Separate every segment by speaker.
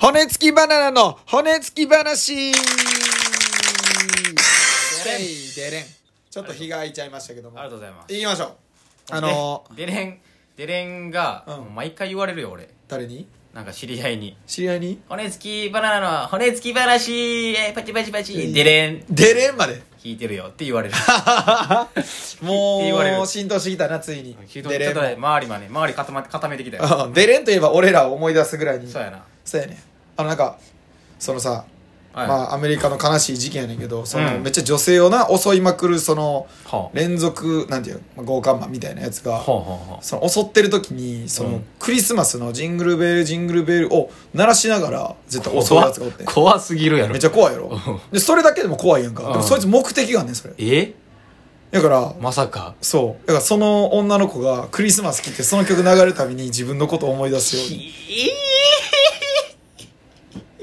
Speaker 1: 骨付きバナナの骨付き話デレンデレンちょっと日が空いちゃいましたけども
Speaker 2: ありがと
Speaker 1: 行
Speaker 2: うございます
Speaker 1: きましょうあの
Speaker 2: でデレンデレンが、
Speaker 1: うん
Speaker 2: もう毎回言われるよ俺
Speaker 1: 誰に
Speaker 2: なんか知り合いに
Speaker 1: 知り合いに
Speaker 2: 「骨付きバナナの骨付き話えーパチパチパチデレン
Speaker 1: デレンまで
Speaker 2: 弾いてるよ」って言わ れるって言われ
Speaker 1: もう
Speaker 2: る
Speaker 1: 浸透してきたなついに
Speaker 2: ちょっと
Speaker 1: デレンも
Speaker 2: 周りまで周り固ま固めてきたよ
Speaker 1: うんデレンといえば俺らを思い出すぐらいに
Speaker 2: そうやな
Speaker 1: そうやねあのなんかそのさ
Speaker 2: はい
Speaker 1: まあアメリカの悲しい事件やねんけどその
Speaker 2: うん
Speaker 1: めっちゃ女性をな襲いまくるその
Speaker 2: はあ
Speaker 1: 連続なんていうの強姦魔みたいなやつが
Speaker 2: はあはあは
Speaker 1: その襲ってる時にそうの
Speaker 2: ん
Speaker 1: クリスマスのジングルベルジングルベルを鳴らしながら絶対襲うやつがおって
Speaker 2: あ怖すぎるやろ
Speaker 1: めっちゃ怖いやろでそれだけでも怖いやんか
Speaker 2: うん
Speaker 1: でもそいつ目的があんねんそれ
Speaker 2: え
Speaker 1: だから
Speaker 2: まさか
Speaker 1: そうだからその女の子がクリスマス来てその曲流れるたびに自分のことを思い出すように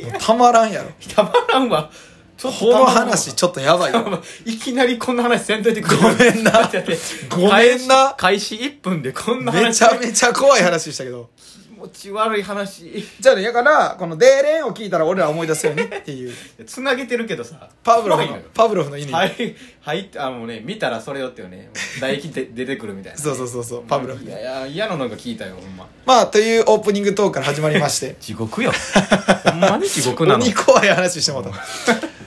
Speaker 1: もうたまらんやろ
Speaker 2: たまらんわちょっと
Speaker 1: この話ちょっとやばい よ
Speaker 2: いきなりこんな話せんといてくれ
Speaker 1: ごめんな
Speaker 2: だってだって
Speaker 1: ごめんな
Speaker 2: 開始開始1分でこんな話
Speaker 1: めちゃめちゃ怖い話したけど
Speaker 2: 気持ち悪い話
Speaker 1: じゃあねだからこの「デーレン」を聞いたら俺ら思い出すようにって いう
Speaker 2: つなげてるけどさ
Speaker 1: パブロフ
Speaker 2: 怖いの
Speaker 1: の
Speaker 2: よ
Speaker 1: パブロフの意味、
Speaker 2: はいはいあもうね見たらそれよってよねもう唾液で 出てくるみたいな
Speaker 1: そうそうそうそうパブロフ
Speaker 2: いやいや嫌なのが聞いたよほんま
Speaker 1: まあというオープニングトークから始まりまして
Speaker 2: 地獄よ ほんまに地獄なの
Speaker 1: 鬼
Speaker 2: 東
Speaker 1: 怖い話してもうた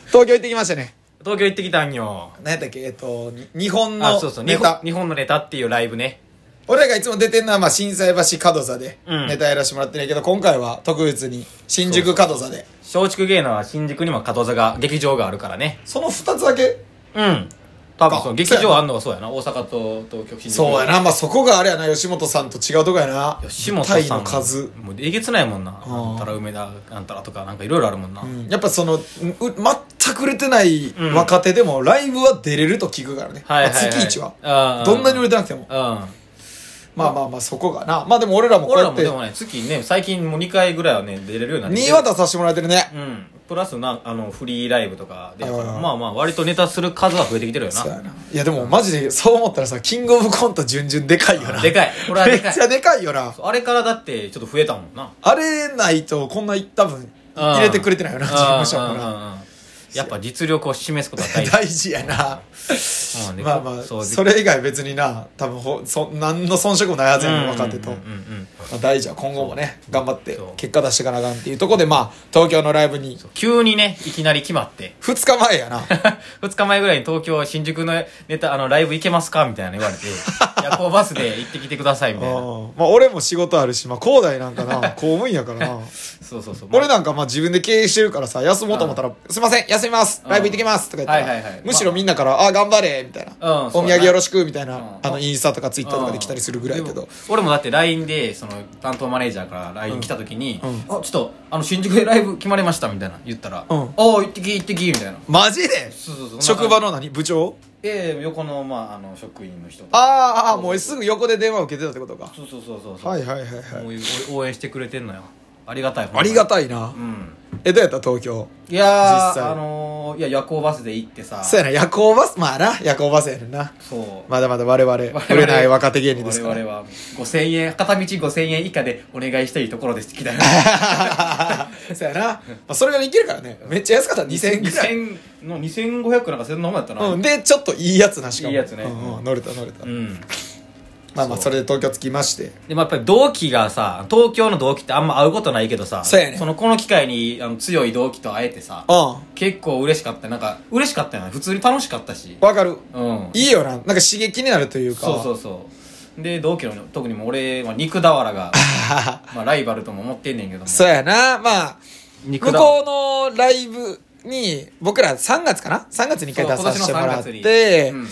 Speaker 1: 東京行ってきましたね
Speaker 2: 京行ってきたんよ
Speaker 1: 何やったっけえっとに日本
Speaker 2: あ
Speaker 1: の
Speaker 2: そうそう日
Speaker 1: ネ
Speaker 2: 本
Speaker 1: タ
Speaker 2: 日本のネタっていうライブね
Speaker 1: 俺らがいつも出てるのは、まあ、震災橋角座で
Speaker 2: うん
Speaker 1: ネタやらせてもらってるけど、今回は特別に新宿角座で
Speaker 2: 松竹芸能は新宿にも門座が劇場があるからね
Speaker 1: その2つだけ
Speaker 2: うん多分そ
Speaker 1: か
Speaker 2: の劇場あんのはそうやな大阪と東京新宿
Speaker 1: そうやなまあそこがあれやな吉本さんと違うとこやな
Speaker 2: 吉本さん
Speaker 1: タイの数、
Speaker 2: もうえげつないもんな
Speaker 1: うん
Speaker 2: あんたら梅田あんたらとかなんかいろいろあるもんな、
Speaker 1: うんやっぱそのう全く売れてない若手でも、ライブは出れると聞くからね、
Speaker 2: はいはいはい
Speaker 1: まあ月1
Speaker 2: あ
Speaker 1: は
Speaker 2: ー
Speaker 1: どんなに売れてなくても
Speaker 2: うん
Speaker 1: まあまあまあそこがなまあでも俺らもこう
Speaker 2: 俺
Speaker 1: や
Speaker 2: ら
Speaker 1: っ
Speaker 2: も
Speaker 1: て
Speaker 2: でもね月ね最近もう2回ぐらいはね出れるようになってきて
Speaker 1: 新潟させてもらえてるね、
Speaker 2: うんプラスなあのフリーライブとかで
Speaker 1: あー
Speaker 2: まあまあ割とネタする数は増えてきてるよ
Speaker 1: そうや
Speaker 2: な
Speaker 1: ないやでもマジでそう思ったらさキングオブコント準々でかいよな
Speaker 2: でかいこれはで
Speaker 1: め
Speaker 2: か
Speaker 1: っ
Speaker 2: い
Speaker 1: ちゃでかいよな
Speaker 2: あれからだってちょっと増えたもんな
Speaker 1: あれないとこんな多分入れてくれてないよな
Speaker 2: うん
Speaker 1: 事務所も
Speaker 2: うん
Speaker 1: な
Speaker 2: うんうんやっぱ実力を示すことは大事
Speaker 1: 大事やな
Speaker 2: うん で
Speaker 1: まあまあ
Speaker 2: そう
Speaker 1: それ以外別にな多分ほそ何の遜色もないはずやねん若手と、
Speaker 2: うんうんうんうん
Speaker 1: まあ、大事は今後もね頑張って
Speaker 2: そう
Speaker 1: 結果出していかなあかんっていうところでまあ東京のライブに
Speaker 2: 急にねいきなり決まって
Speaker 1: 2日前や な
Speaker 2: 2日前ぐらいに東京新宿のネタあのライブ行けますかみたいなの言わ れて夜行バスで行ってきてくださいみたいな
Speaker 1: うんまあ俺も仕事あるし、まあ、広大なんか な公務員やからな
Speaker 2: そうそうそう
Speaker 1: 俺なんかまあ自分で経営してるからさ休もうと思ったら「すいません休みます
Speaker 2: うん
Speaker 1: ライブ行ってきます」とか言ったら、
Speaker 2: はいはいはい
Speaker 1: むしろみんなから「あ頑張れ」みたいな、
Speaker 2: うん
Speaker 1: お
Speaker 2: そ
Speaker 1: 土
Speaker 2: うやな
Speaker 1: 産よろしく」みたいな、
Speaker 2: うん
Speaker 1: あのインスタとかツイッターとかで来たりするぐらいやけ
Speaker 2: うん
Speaker 1: ど
Speaker 2: でも俺もだって LINE でその担当マネージャーから LINE 来た時に「
Speaker 1: うんうん
Speaker 2: あちょっとあの新宿でライブ決まりました」みたいな言ったら「
Speaker 1: うん
Speaker 2: ああ行ってき行ってき」みたいな
Speaker 1: マジで
Speaker 2: そうそうそう
Speaker 1: 職場の何部長
Speaker 2: ええ横の,、まあ、あの職員の人とか
Speaker 1: ああもうすぐ横で電話受けてたってことか
Speaker 2: そうそうそうそうそう
Speaker 1: はいはいはいはい
Speaker 2: もうお応援してくれてんのよありがたい
Speaker 1: ありが
Speaker 2: た
Speaker 1: たいな、
Speaker 2: うん
Speaker 1: えどうやった東京
Speaker 2: いや
Speaker 1: 実際
Speaker 2: ーあのー、いや夜行バスで行ってさ
Speaker 1: そうやな夜行バスまあな夜行バスやねんな
Speaker 2: そう
Speaker 1: まだまだ我々売れない若手芸人ですから
Speaker 2: 我々は5000円片道5000円以下でお願いしたいところですって聞いた よ
Speaker 1: そうやな、まあ、それができるからねめっちゃ安かったら2000円くらい、
Speaker 2: 2000の2500なんかそんなもんやったな
Speaker 1: うん、でちょっといいやつなしかも
Speaker 2: いいやつね
Speaker 1: うんうん乗れた乗れた、
Speaker 2: うん
Speaker 1: まあまあそれで東京着きまして
Speaker 2: でもやっぱり同期がさ東京の同期ってあんま会うことないけどさ
Speaker 1: そうやね
Speaker 2: そのこの機会にあの強い同期と会えてさ
Speaker 1: うん
Speaker 2: 結構嬉しかったなんか嬉しかったよな普通に楽しかったし
Speaker 1: わかる
Speaker 2: うん
Speaker 1: いいよななんか刺激になるというか
Speaker 2: そうそうそうで同期の特にもう俺は肉だわら がまあライバルとも思ってんねんけども
Speaker 1: そうやなまあ向
Speaker 2: 肉だわら
Speaker 1: こうのライブに僕ら3月かな3月に一回出させてもらっ
Speaker 2: そう今年
Speaker 1: て、
Speaker 2: の3月にうん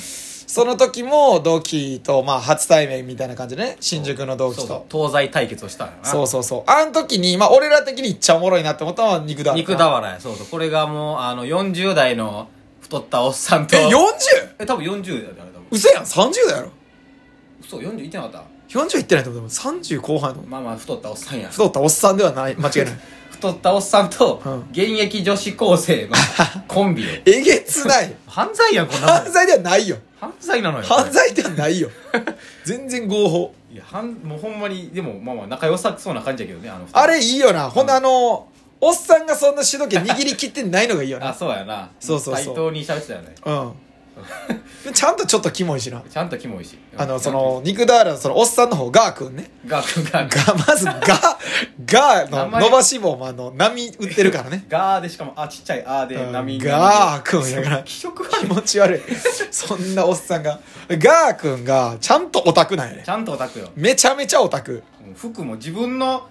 Speaker 1: その時も同期とまあ初対面みたいな感じでね新宿の同期
Speaker 2: そう
Speaker 1: と
Speaker 2: そう東西対決をしたんやな
Speaker 1: そうそうそうあの時にまあ俺ら的にいっちゃおもろいなって思ったのは肉だ
Speaker 2: 肉だわらやそうそうこれがもうあの40代の太ったおっさんと
Speaker 1: え 40?
Speaker 2: え多分40代だよね多分
Speaker 1: 嘘やん30だやろ
Speaker 2: そう40いってなかった
Speaker 1: 40いってないと思うでも30後半やと思う
Speaker 2: まあまあ太ったおっさんや
Speaker 1: 太ったおっさんではない間違いない
Speaker 2: 太ったおっさんと
Speaker 1: うん
Speaker 2: 現役女子高生 のコンビで
Speaker 1: えげつない
Speaker 2: 犯罪やんこんなも
Speaker 1: 犯
Speaker 2: ん
Speaker 1: 罪ではないよ
Speaker 2: 犯罪なのよこれ
Speaker 1: 犯罪ではないよ全然合法
Speaker 2: いやはんもうほんまにでもまあまあ仲良さそうな感じやけどねあの二人
Speaker 1: あれいいよなほんであのおっさんがそんな主導権握りきってないのがいいよ
Speaker 2: あ
Speaker 1: な
Speaker 2: そうやな
Speaker 1: そうそうそう
Speaker 2: 対等に喋ってたよね
Speaker 1: うんちゃんとちょっとキモいしな
Speaker 2: ちゃんとキモいし
Speaker 1: あのその肉だらそのおっさんの方ガーくんね
Speaker 2: ガーガー
Speaker 1: がまずガーガ
Speaker 2: 名
Speaker 1: ーの
Speaker 2: 前
Speaker 1: 伸ばし棒もあの波打ってるからね
Speaker 2: ガーでしかもあちっちゃいあーで
Speaker 1: うん
Speaker 2: 波
Speaker 1: ガーくんやから
Speaker 2: 気色
Speaker 1: 気
Speaker 2: 悪い
Speaker 1: 持ち悪いそんなおっさんがガーくんがちゃんとオタクなんやね
Speaker 2: ちゃんとオタクよ
Speaker 1: めちゃめちゃオタク
Speaker 2: もう服も自分の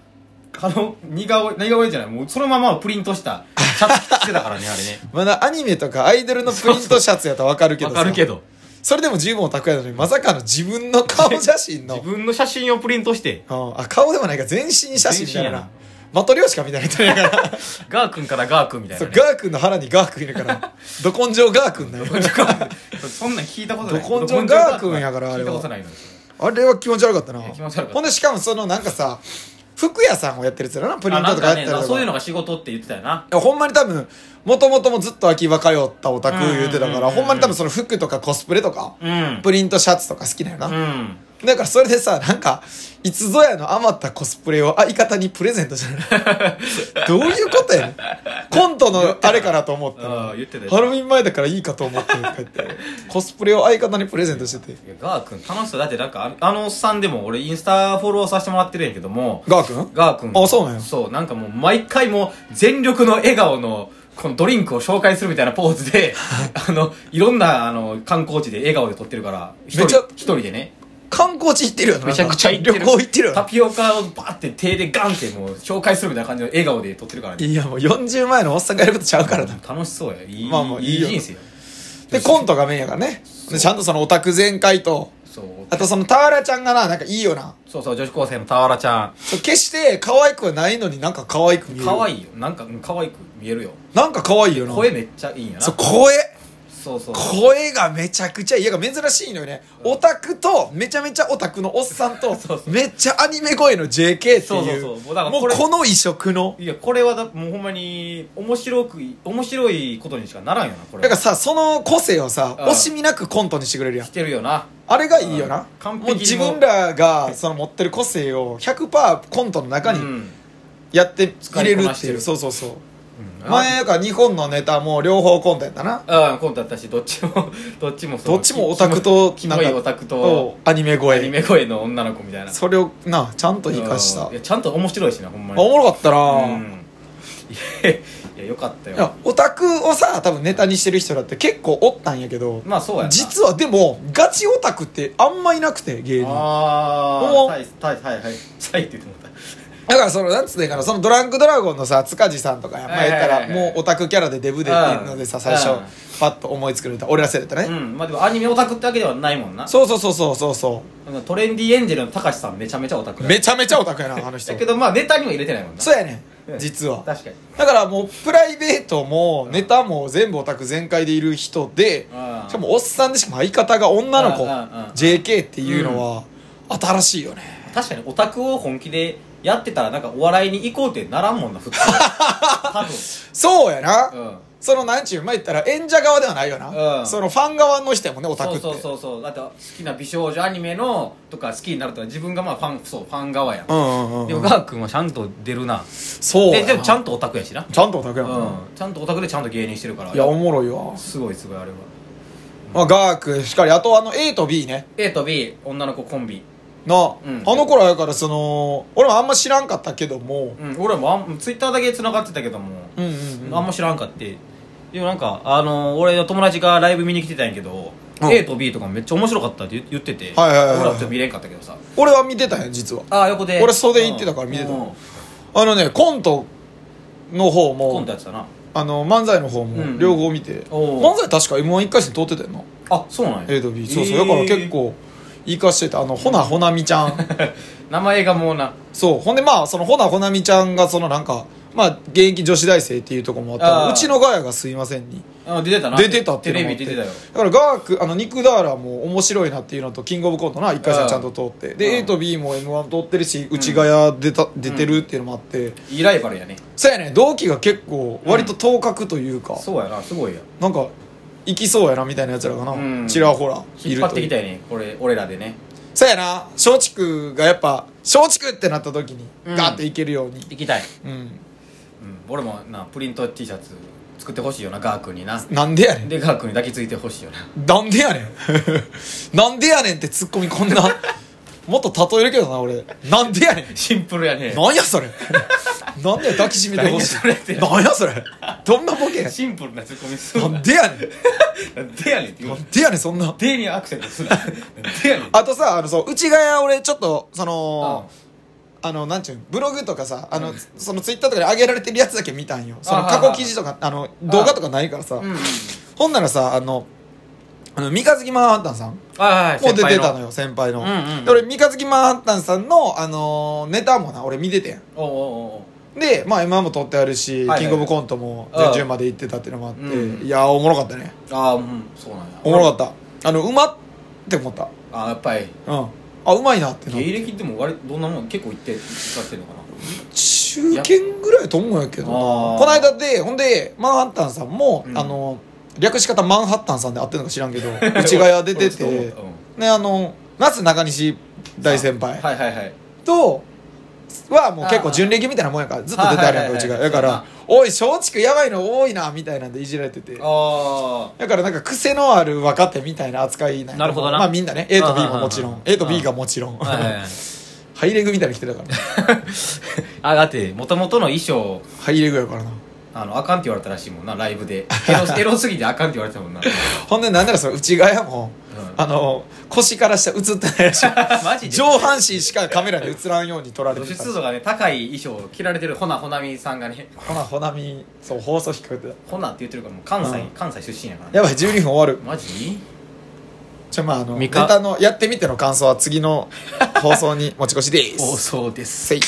Speaker 2: あの似顔絵似顔絵じゃないもうそのままをプリントしたシャツ着てたからねあれ ね
Speaker 1: まだアニメとかアイドルのプリントシャツやったらわかるけど
Speaker 2: わ
Speaker 1: さ
Speaker 2: かるけど
Speaker 1: それでも十分オタクやのにまさかの自分の顔写真の
Speaker 2: 自分の写真をプリントして
Speaker 1: うんあ顔でもないか全身写真みたい
Speaker 2: 全身
Speaker 1: な
Speaker 2: やな
Speaker 1: マトリョーシカみたいな人や から
Speaker 2: ガーくんからガーくんみたい
Speaker 1: そ
Speaker 2: な
Speaker 1: う
Speaker 2: ね
Speaker 1: ガーくんの腹にガーくんいるからど根性ガーくんだよ
Speaker 2: そ そんなん聞いたことない
Speaker 1: ど根性ガーくんやからあれは
Speaker 2: 聞いたことないの
Speaker 1: あれは気持ち悪かったない
Speaker 2: や気持ち悪かった
Speaker 1: ほんでしかもそのなんかさ服屋さんをやってるやつらなプリントとかや
Speaker 2: あ
Speaker 1: った
Speaker 2: なん
Speaker 1: り
Speaker 2: か
Speaker 1: と
Speaker 2: ね
Speaker 1: か
Speaker 2: そういうのが仕事って言ってたよない
Speaker 1: やほんまに多分もともともずっと秋葉通ったオタク言うてた
Speaker 2: う
Speaker 1: か
Speaker 2: んうんうんう
Speaker 1: ら
Speaker 2: ん
Speaker 1: ほんまに多分その服とかコスプレとか
Speaker 2: うん
Speaker 1: プリントシャツとか好きだよな、
Speaker 2: うん
Speaker 1: だからそれでさなんかいつぞやの余ったコスプレを相方にプレゼントじゃない どういうことやねんコントのあれかなと思った
Speaker 2: あ
Speaker 1: ら
Speaker 2: あ言ってたよ
Speaker 1: ハロウィン前だからいいかと思ってとか言 ってコスプレを相方にプレゼントしてて
Speaker 2: いやガーくん楽しそうだってなんかああのおっさんでも俺インスタフォローさせてもらってるんやけども
Speaker 1: ガー君
Speaker 2: ガーくん
Speaker 1: あそうなんや
Speaker 2: そうなんかもう毎回もう全力の笑顔のこのドリンクを紹介するみたいなポー ズであのいろんなあの観光地で笑顔で撮ってるから一
Speaker 1: めちゃ
Speaker 2: 人一人でね
Speaker 1: 観光地行ってるよな
Speaker 2: めちゃくちゃ行ってる
Speaker 1: 旅行行ってるよ
Speaker 2: タ
Speaker 1: な
Speaker 2: ピオカをバーって手でガンってもう紹介するみたいな感じの笑顔で撮ってるからね
Speaker 1: いやもう40前のおっさんがやることちゃうからな
Speaker 2: 楽しそうやいい,、
Speaker 1: まあまあ
Speaker 2: い
Speaker 1: い
Speaker 2: い
Speaker 1: いよ
Speaker 2: 人生や
Speaker 1: でコントがメインやからねでちゃんとそのオタク全開と
Speaker 2: そう
Speaker 1: あとその田原ちゃんがななんかいいよな
Speaker 2: そうそう女子高生の俵ちゃん
Speaker 1: そう決して可愛くはないのになんか可愛く見える
Speaker 2: 可愛いよなんかうん可愛く見えるよ
Speaker 1: なんか可愛いよな
Speaker 2: 声めっちゃいいんやな
Speaker 1: そう声
Speaker 2: そうそう
Speaker 1: 声がめちゃくちゃいいいや珍しいのよねオタクとめちゃめちゃオタクのおっさんと
Speaker 2: そうそ
Speaker 1: めっちゃアニメ声の JK っていう
Speaker 2: そうそうそうもうだから
Speaker 1: もう
Speaker 2: これ
Speaker 1: この異色の
Speaker 2: いやこれはだもうほんまに面白く面白いことにしかならんよなこれ
Speaker 1: だからさその個性をさ
Speaker 2: うん
Speaker 1: 惜しみなくコントにしてくれるやん
Speaker 2: してるよな
Speaker 1: あれがいいよな
Speaker 2: うん完
Speaker 1: もう
Speaker 2: 璧
Speaker 1: 自
Speaker 2: にもう
Speaker 1: 分らがその持ってる個性を100%コントの中
Speaker 2: う
Speaker 1: に
Speaker 2: ん
Speaker 1: やって入れる
Speaker 2: 使いこな
Speaker 1: っ
Speaker 2: してて
Speaker 1: いう
Speaker 2: る
Speaker 1: そうそうそう
Speaker 2: うん
Speaker 1: 前だから日本のネタも両方コントやったな
Speaker 2: あうんコントだったしどっちも どっちもそう
Speaker 1: どっちもオタクと
Speaker 2: キ
Speaker 1: な
Speaker 2: モ
Speaker 1: ん
Speaker 2: キモ
Speaker 1: か
Speaker 2: いオタクと
Speaker 1: アニメ
Speaker 2: ア
Speaker 1: 声
Speaker 2: ニメ声の女の子みたいな
Speaker 1: それをなちゃんと生かした
Speaker 2: うんいやちゃんと面白いしなほんま
Speaker 1: あお
Speaker 2: に
Speaker 1: もろかったな、
Speaker 2: うんいやいやよかった
Speaker 1: いや
Speaker 2: よ
Speaker 1: オタクをさ多分ネタにしてる人だって結構おったんやけど、
Speaker 2: まあそうやな
Speaker 1: 実はでもガチオタクってあんまいなくて芸人だ
Speaker 2: あ
Speaker 1: お
Speaker 2: あはいはいはいはいはいって言ってもらっ
Speaker 1: からそのなんつうねんかなそのドランクドラゴンのさ塚地さんとかやっぱ
Speaker 2: はいは
Speaker 1: 言
Speaker 2: い
Speaker 1: っ
Speaker 2: は
Speaker 1: た
Speaker 2: いはい
Speaker 1: らもうオタクキャラでデブでっていうので
Speaker 2: う
Speaker 1: さ
Speaker 2: ん
Speaker 1: 最初
Speaker 2: うん
Speaker 1: パッと思いつくれた俺ら世代だった
Speaker 2: たう
Speaker 1: ね、
Speaker 2: んまあでもアニメオタクってわけではないもんな
Speaker 1: そうそうそうそうそうそ
Speaker 2: なんかトレンディエンジェルのたかしさんめちゃめちゃオタク
Speaker 1: う
Speaker 2: だ
Speaker 1: めちゃめちゃオタクやなあの人
Speaker 2: だけどまあネタにも入れてないもんな
Speaker 1: そうやね
Speaker 2: うん
Speaker 1: ん実は
Speaker 2: 確かに
Speaker 1: だからもうプライベートもネタも全部オタク全開でいる人で
Speaker 2: うん
Speaker 1: しかもおっさんでしかも相方が女の子
Speaker 2: うんうんうん
Speaker 1: JK っていうのは新しいよね
Speaker 2: 確かにオタクを本気でやってたらなんかお笑いに行こうってならんもんな 普通
Speaker 1: そうやな、
Speaker 2: 多分うん
Speaker 1: そのなんちゅう前言ったら演者側ではないよな、
Speaker 2: うん
Speaker 1: そのファン側の人やもんねオタクっ
Speaker 2: そう
Speaker 1: て
Speaker 2: そうそうそうだって好きな美少女アニメのとか好きになると自分がまあファンそうファン側やん
Speaker 1: うんうんうん
Speaker 2: でもガー君はちゃんと出るな
Speaker 1: そうや
Speaker 2: で
Speaker 1: な
Speaker 2: でもちゃんとオタクやしな
Speaker 1: ちゃんとオタク
Speaker 2: う
Speaker 1: や
Speaker 2: ん
Speaker 1: もんな、
Speaker 2: ちゃんとオタクでちゃんと芸人してるから
Speaker 1: いやおもろいわ、
Speaker 2: すごいすごいあれは
Speaker 1: まあ、ガークしかりあとあの A と B ね
Speaker 2: A と B 女の子コンビ
Speaker 1: な、
Speaker 2: うん
Speaker 1: あの頃やからその俺もあんま知らんかったけども
Speaker 2: うん俺もあんツイッターだけ繋がってたけども
Speaker 1: うんうんうん
Speaker 2: あんま知らんかってでもなんかあの俺の友達がライブ見に来てたんやけど、
Speaker 1: うん
Speaker 2: A と B とかもめっちゃ面白かったって言言ってて、
Speaker 1: はいはいはいはい
Speaker 2: 俺らちょっと見れんかったけどさ
Speaker 1: 俺は見てたんや実は
Speaker 2: ああ横で
Speaker 1: 俺袖行ってたから見てた
Speaker 2: うんうん
Speaker 1: あのねコントの方
Speaker 2: コ
Speaker 1: も
Speaker 2: ントやってたな
Speaker 1: あの漫才の方
Speaker 2: うんう
Speaker 1: も
Speaker 2: ん
Speaker 1: 両方見て、
Speaker 2: おう
Speaker 1: 漫才確か m 1 1回戦通ってたよな
Speaker 2: あそうなんや
Speaker 1: A と B そうそう、
Speaker 2: えー
Speaker 1: だから結構生かしてたあのほなほなみちゃん
Speaker 2: 名前がもうな
Speaker 1: そうほんでまあそのほなほなみちゃんがそのなんかまあ現役女子大生っていうところもあったか
Speaker 2: あ
Speaker 1: ら
Speaker 2: ー
Speaker 1: うちのガヤが「すいませんに」
Speaker 2: あ出てたな
Speaker 1: 出てたっていう
Speaker 2: テ
Speaker 1: の
Speaker 2: レ
Speaker 1: もあっ
Speaker 2: ビ
Speaker 1: て
Speaker 2: 出てたよ
Speaker 1: だからガークあの肉ダーラも面白いなっていうのとキングオブコントな1回
Speaker 2: あ
Speaker 1: 戦
Speaker 2: ー
Speaker 1: ちゃんと通って
Speaker 2: うん
Speaker 1: で A と B も m 1通ってるしうちガヤ出た出てるっていうのもあって
Speaker 2: いいライバルやね
Speaker 1: そうやね同期が結構割と頭角というか
Speaker 2: そうやなすごいや
Speaker 1: なんかいきそうやなみたいなやつらが
Speaker 2: うん
Speaker 1: なちらほらい
Speaker 2: 引っ
Speaker 1: る
Speaker 2: 張っ
Speaker 1: と
Speaker 2: て
Speaker 1: い
Speaker 2: き
Speaker 1: う
Speaker 2: たよねこれ俺らでね
Speaker 1: そうやな松竹がやっぱ松竹ってなった時に
Speaker 2: うん
Speaker 1: ガーっていけるように
Speaker 2: 行きたい
Speaker 1: うん
Speaker 2: 俺もなプリント T シャツ作ってほしいよなガー君にな
Speaker 1: なんでやねん
Speaker 2: でガー君に抱きついてほしいよな
Speaker 1: なんでやねん なんでやねんってツッコミこんな もっと例えるけどな俺なんでやねん
Speaker 2: シンプルやね
Speaker 1: なんやそれ なんで抱きしめてほし
Speaker 2: なんやそれ
Speaker 1: いなんやそれどんなボケや
Speaker 2: シンプルなツッコミする
Speaker 1: な
Speaker 2: なん
Speaker 1: でやね
Speaker 2: なんでやねんって
Speaker 1: ん
Speaker 2: 言
Speaker 1: な
Speaker 2: うん
Speaker 1: でやねんそんな
Speaker 2: でにアクセントするななんでやねん
Speaker 1: あとさあのそう内側俺ちょっとその
Speaker 2: う
Speaker 1: あのなんちゅうんブログとかさあの、そのツイッターとかで上げられてるやつだけ見たんよその
Speaker 2: あは
Speaker 1: 過
Speaker 2: いはい
Speaker 1: 去記事とかあの動画とかないからさ
Speaker 2: んうん
Speaker 1: ほんならさあのあの三日月マンハンタンさん
Speaker 2: ああ
Speaker 1: もう出てたのよ先輩の
Speaker 2: うんうんうん
Speaker 1: で俺三日月マンハンタンさんの、あのーネタもな俺見ててん
Speaker 2: おうおうおう
Speaker 1: でまあ m 1も撮ってあるし、
Speaker 2: いはい
Speaker 1: キングオブコントも全10まで行ってたっていうのもあって、
Speaker 2: うん
Speaker 1: いやーおもろかったね
Speaker 2: ああうんそうなんや
Speaker 1: おもろかったあのうまって思った
Speaker 2: ああやっぱり
Speaker 1: うんあうまいなってな
Speaker 2: 芸歴でも割どんなもん結構いって使ってるのかな
Speaker 1: 中堅ぐらいと思うんやけどな
Speaker 2: あー
Speaker 1: この間でほんでマンハッタンさんも、
Speaker 2: うん
Speaker 1: あの略し方マンハッタンさんで合ってるのか知らんけ ど内側出てて、
Speaker 2: 俺ちょっと思っ
Speaker 1: ねあのなす中西大先
Speaker 2: たう
Speaker 1: 輩
Speaker 2: んはいはいはい
Speaker 1: とはもう結構純歴みたいなもんやからずっと出てあるやんか
Speaker 2: は
Speaker 1: う
Speaker 2: いはい
Speaker 1: ち
Speaker 2: は
Speaker 1: が
Speaker 2: いは
Speaker 1: だ
Speaker 2: い
Speaker 1: から「おい松竹やばいの多いな」みたいなんでいじられてて
Speaker 2: あ
Speaker 1: だからなんか癖のある若手みたいな扱いなんや
Speaker 2: なるほどな
Speaker 1: まあみんなね A と B ももちろ
Speaker 2: あー
Speaker 1: ん A と B がもちろん
Speaker 2: あはいはい はい
Speaker 1: ハイレグみたいなの着てたからね
Speaker 2: あだってもともとの衣装
Speaker 1: ハイレグやからな
Speaker 2: あのあかんって言われたらしいもんなライブでエ ロエロすぎてあかんって言われてたもんな、
Speaker 1: ほんでなんならその内側やもん
Speaker 2: う
Speaker 1: あの腰から下映ってないらしい
Speaker 2: ん、 マジで
Speaker 1: 上半身しかカメラで映らんように撮られてた
Speaker 2: 湿度がね高い衣装を着られてるほなほなみさんがね
Speaker 1: ほなほなみそう放送聞こえて
Speaker 2: ほなって言ってるからもう関西、
Speaker 1: うん
Speaker 2: 関西出身やから
Speaker 1: たやばい12分終わる
Speaker 2: マジ
Speaker 1: じゃあまああのネ
Speaker 2: ミ カ
Speaker 1: タのやってみての感想は次の放送に持ち越しで
Speaker 2: 放
Speaker 1: す
Speaker 2: 送です
Speaker 1: せい